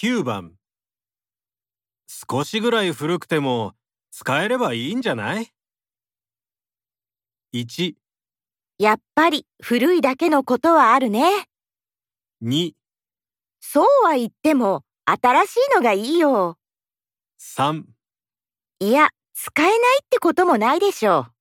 9番少しぐらい古くても使えればいいんじゃない ?1、やっぱり古いだけのことはあるね。 2、そうは言っても新しいのがいいよ。 3いや、使えないってこともないでしょう。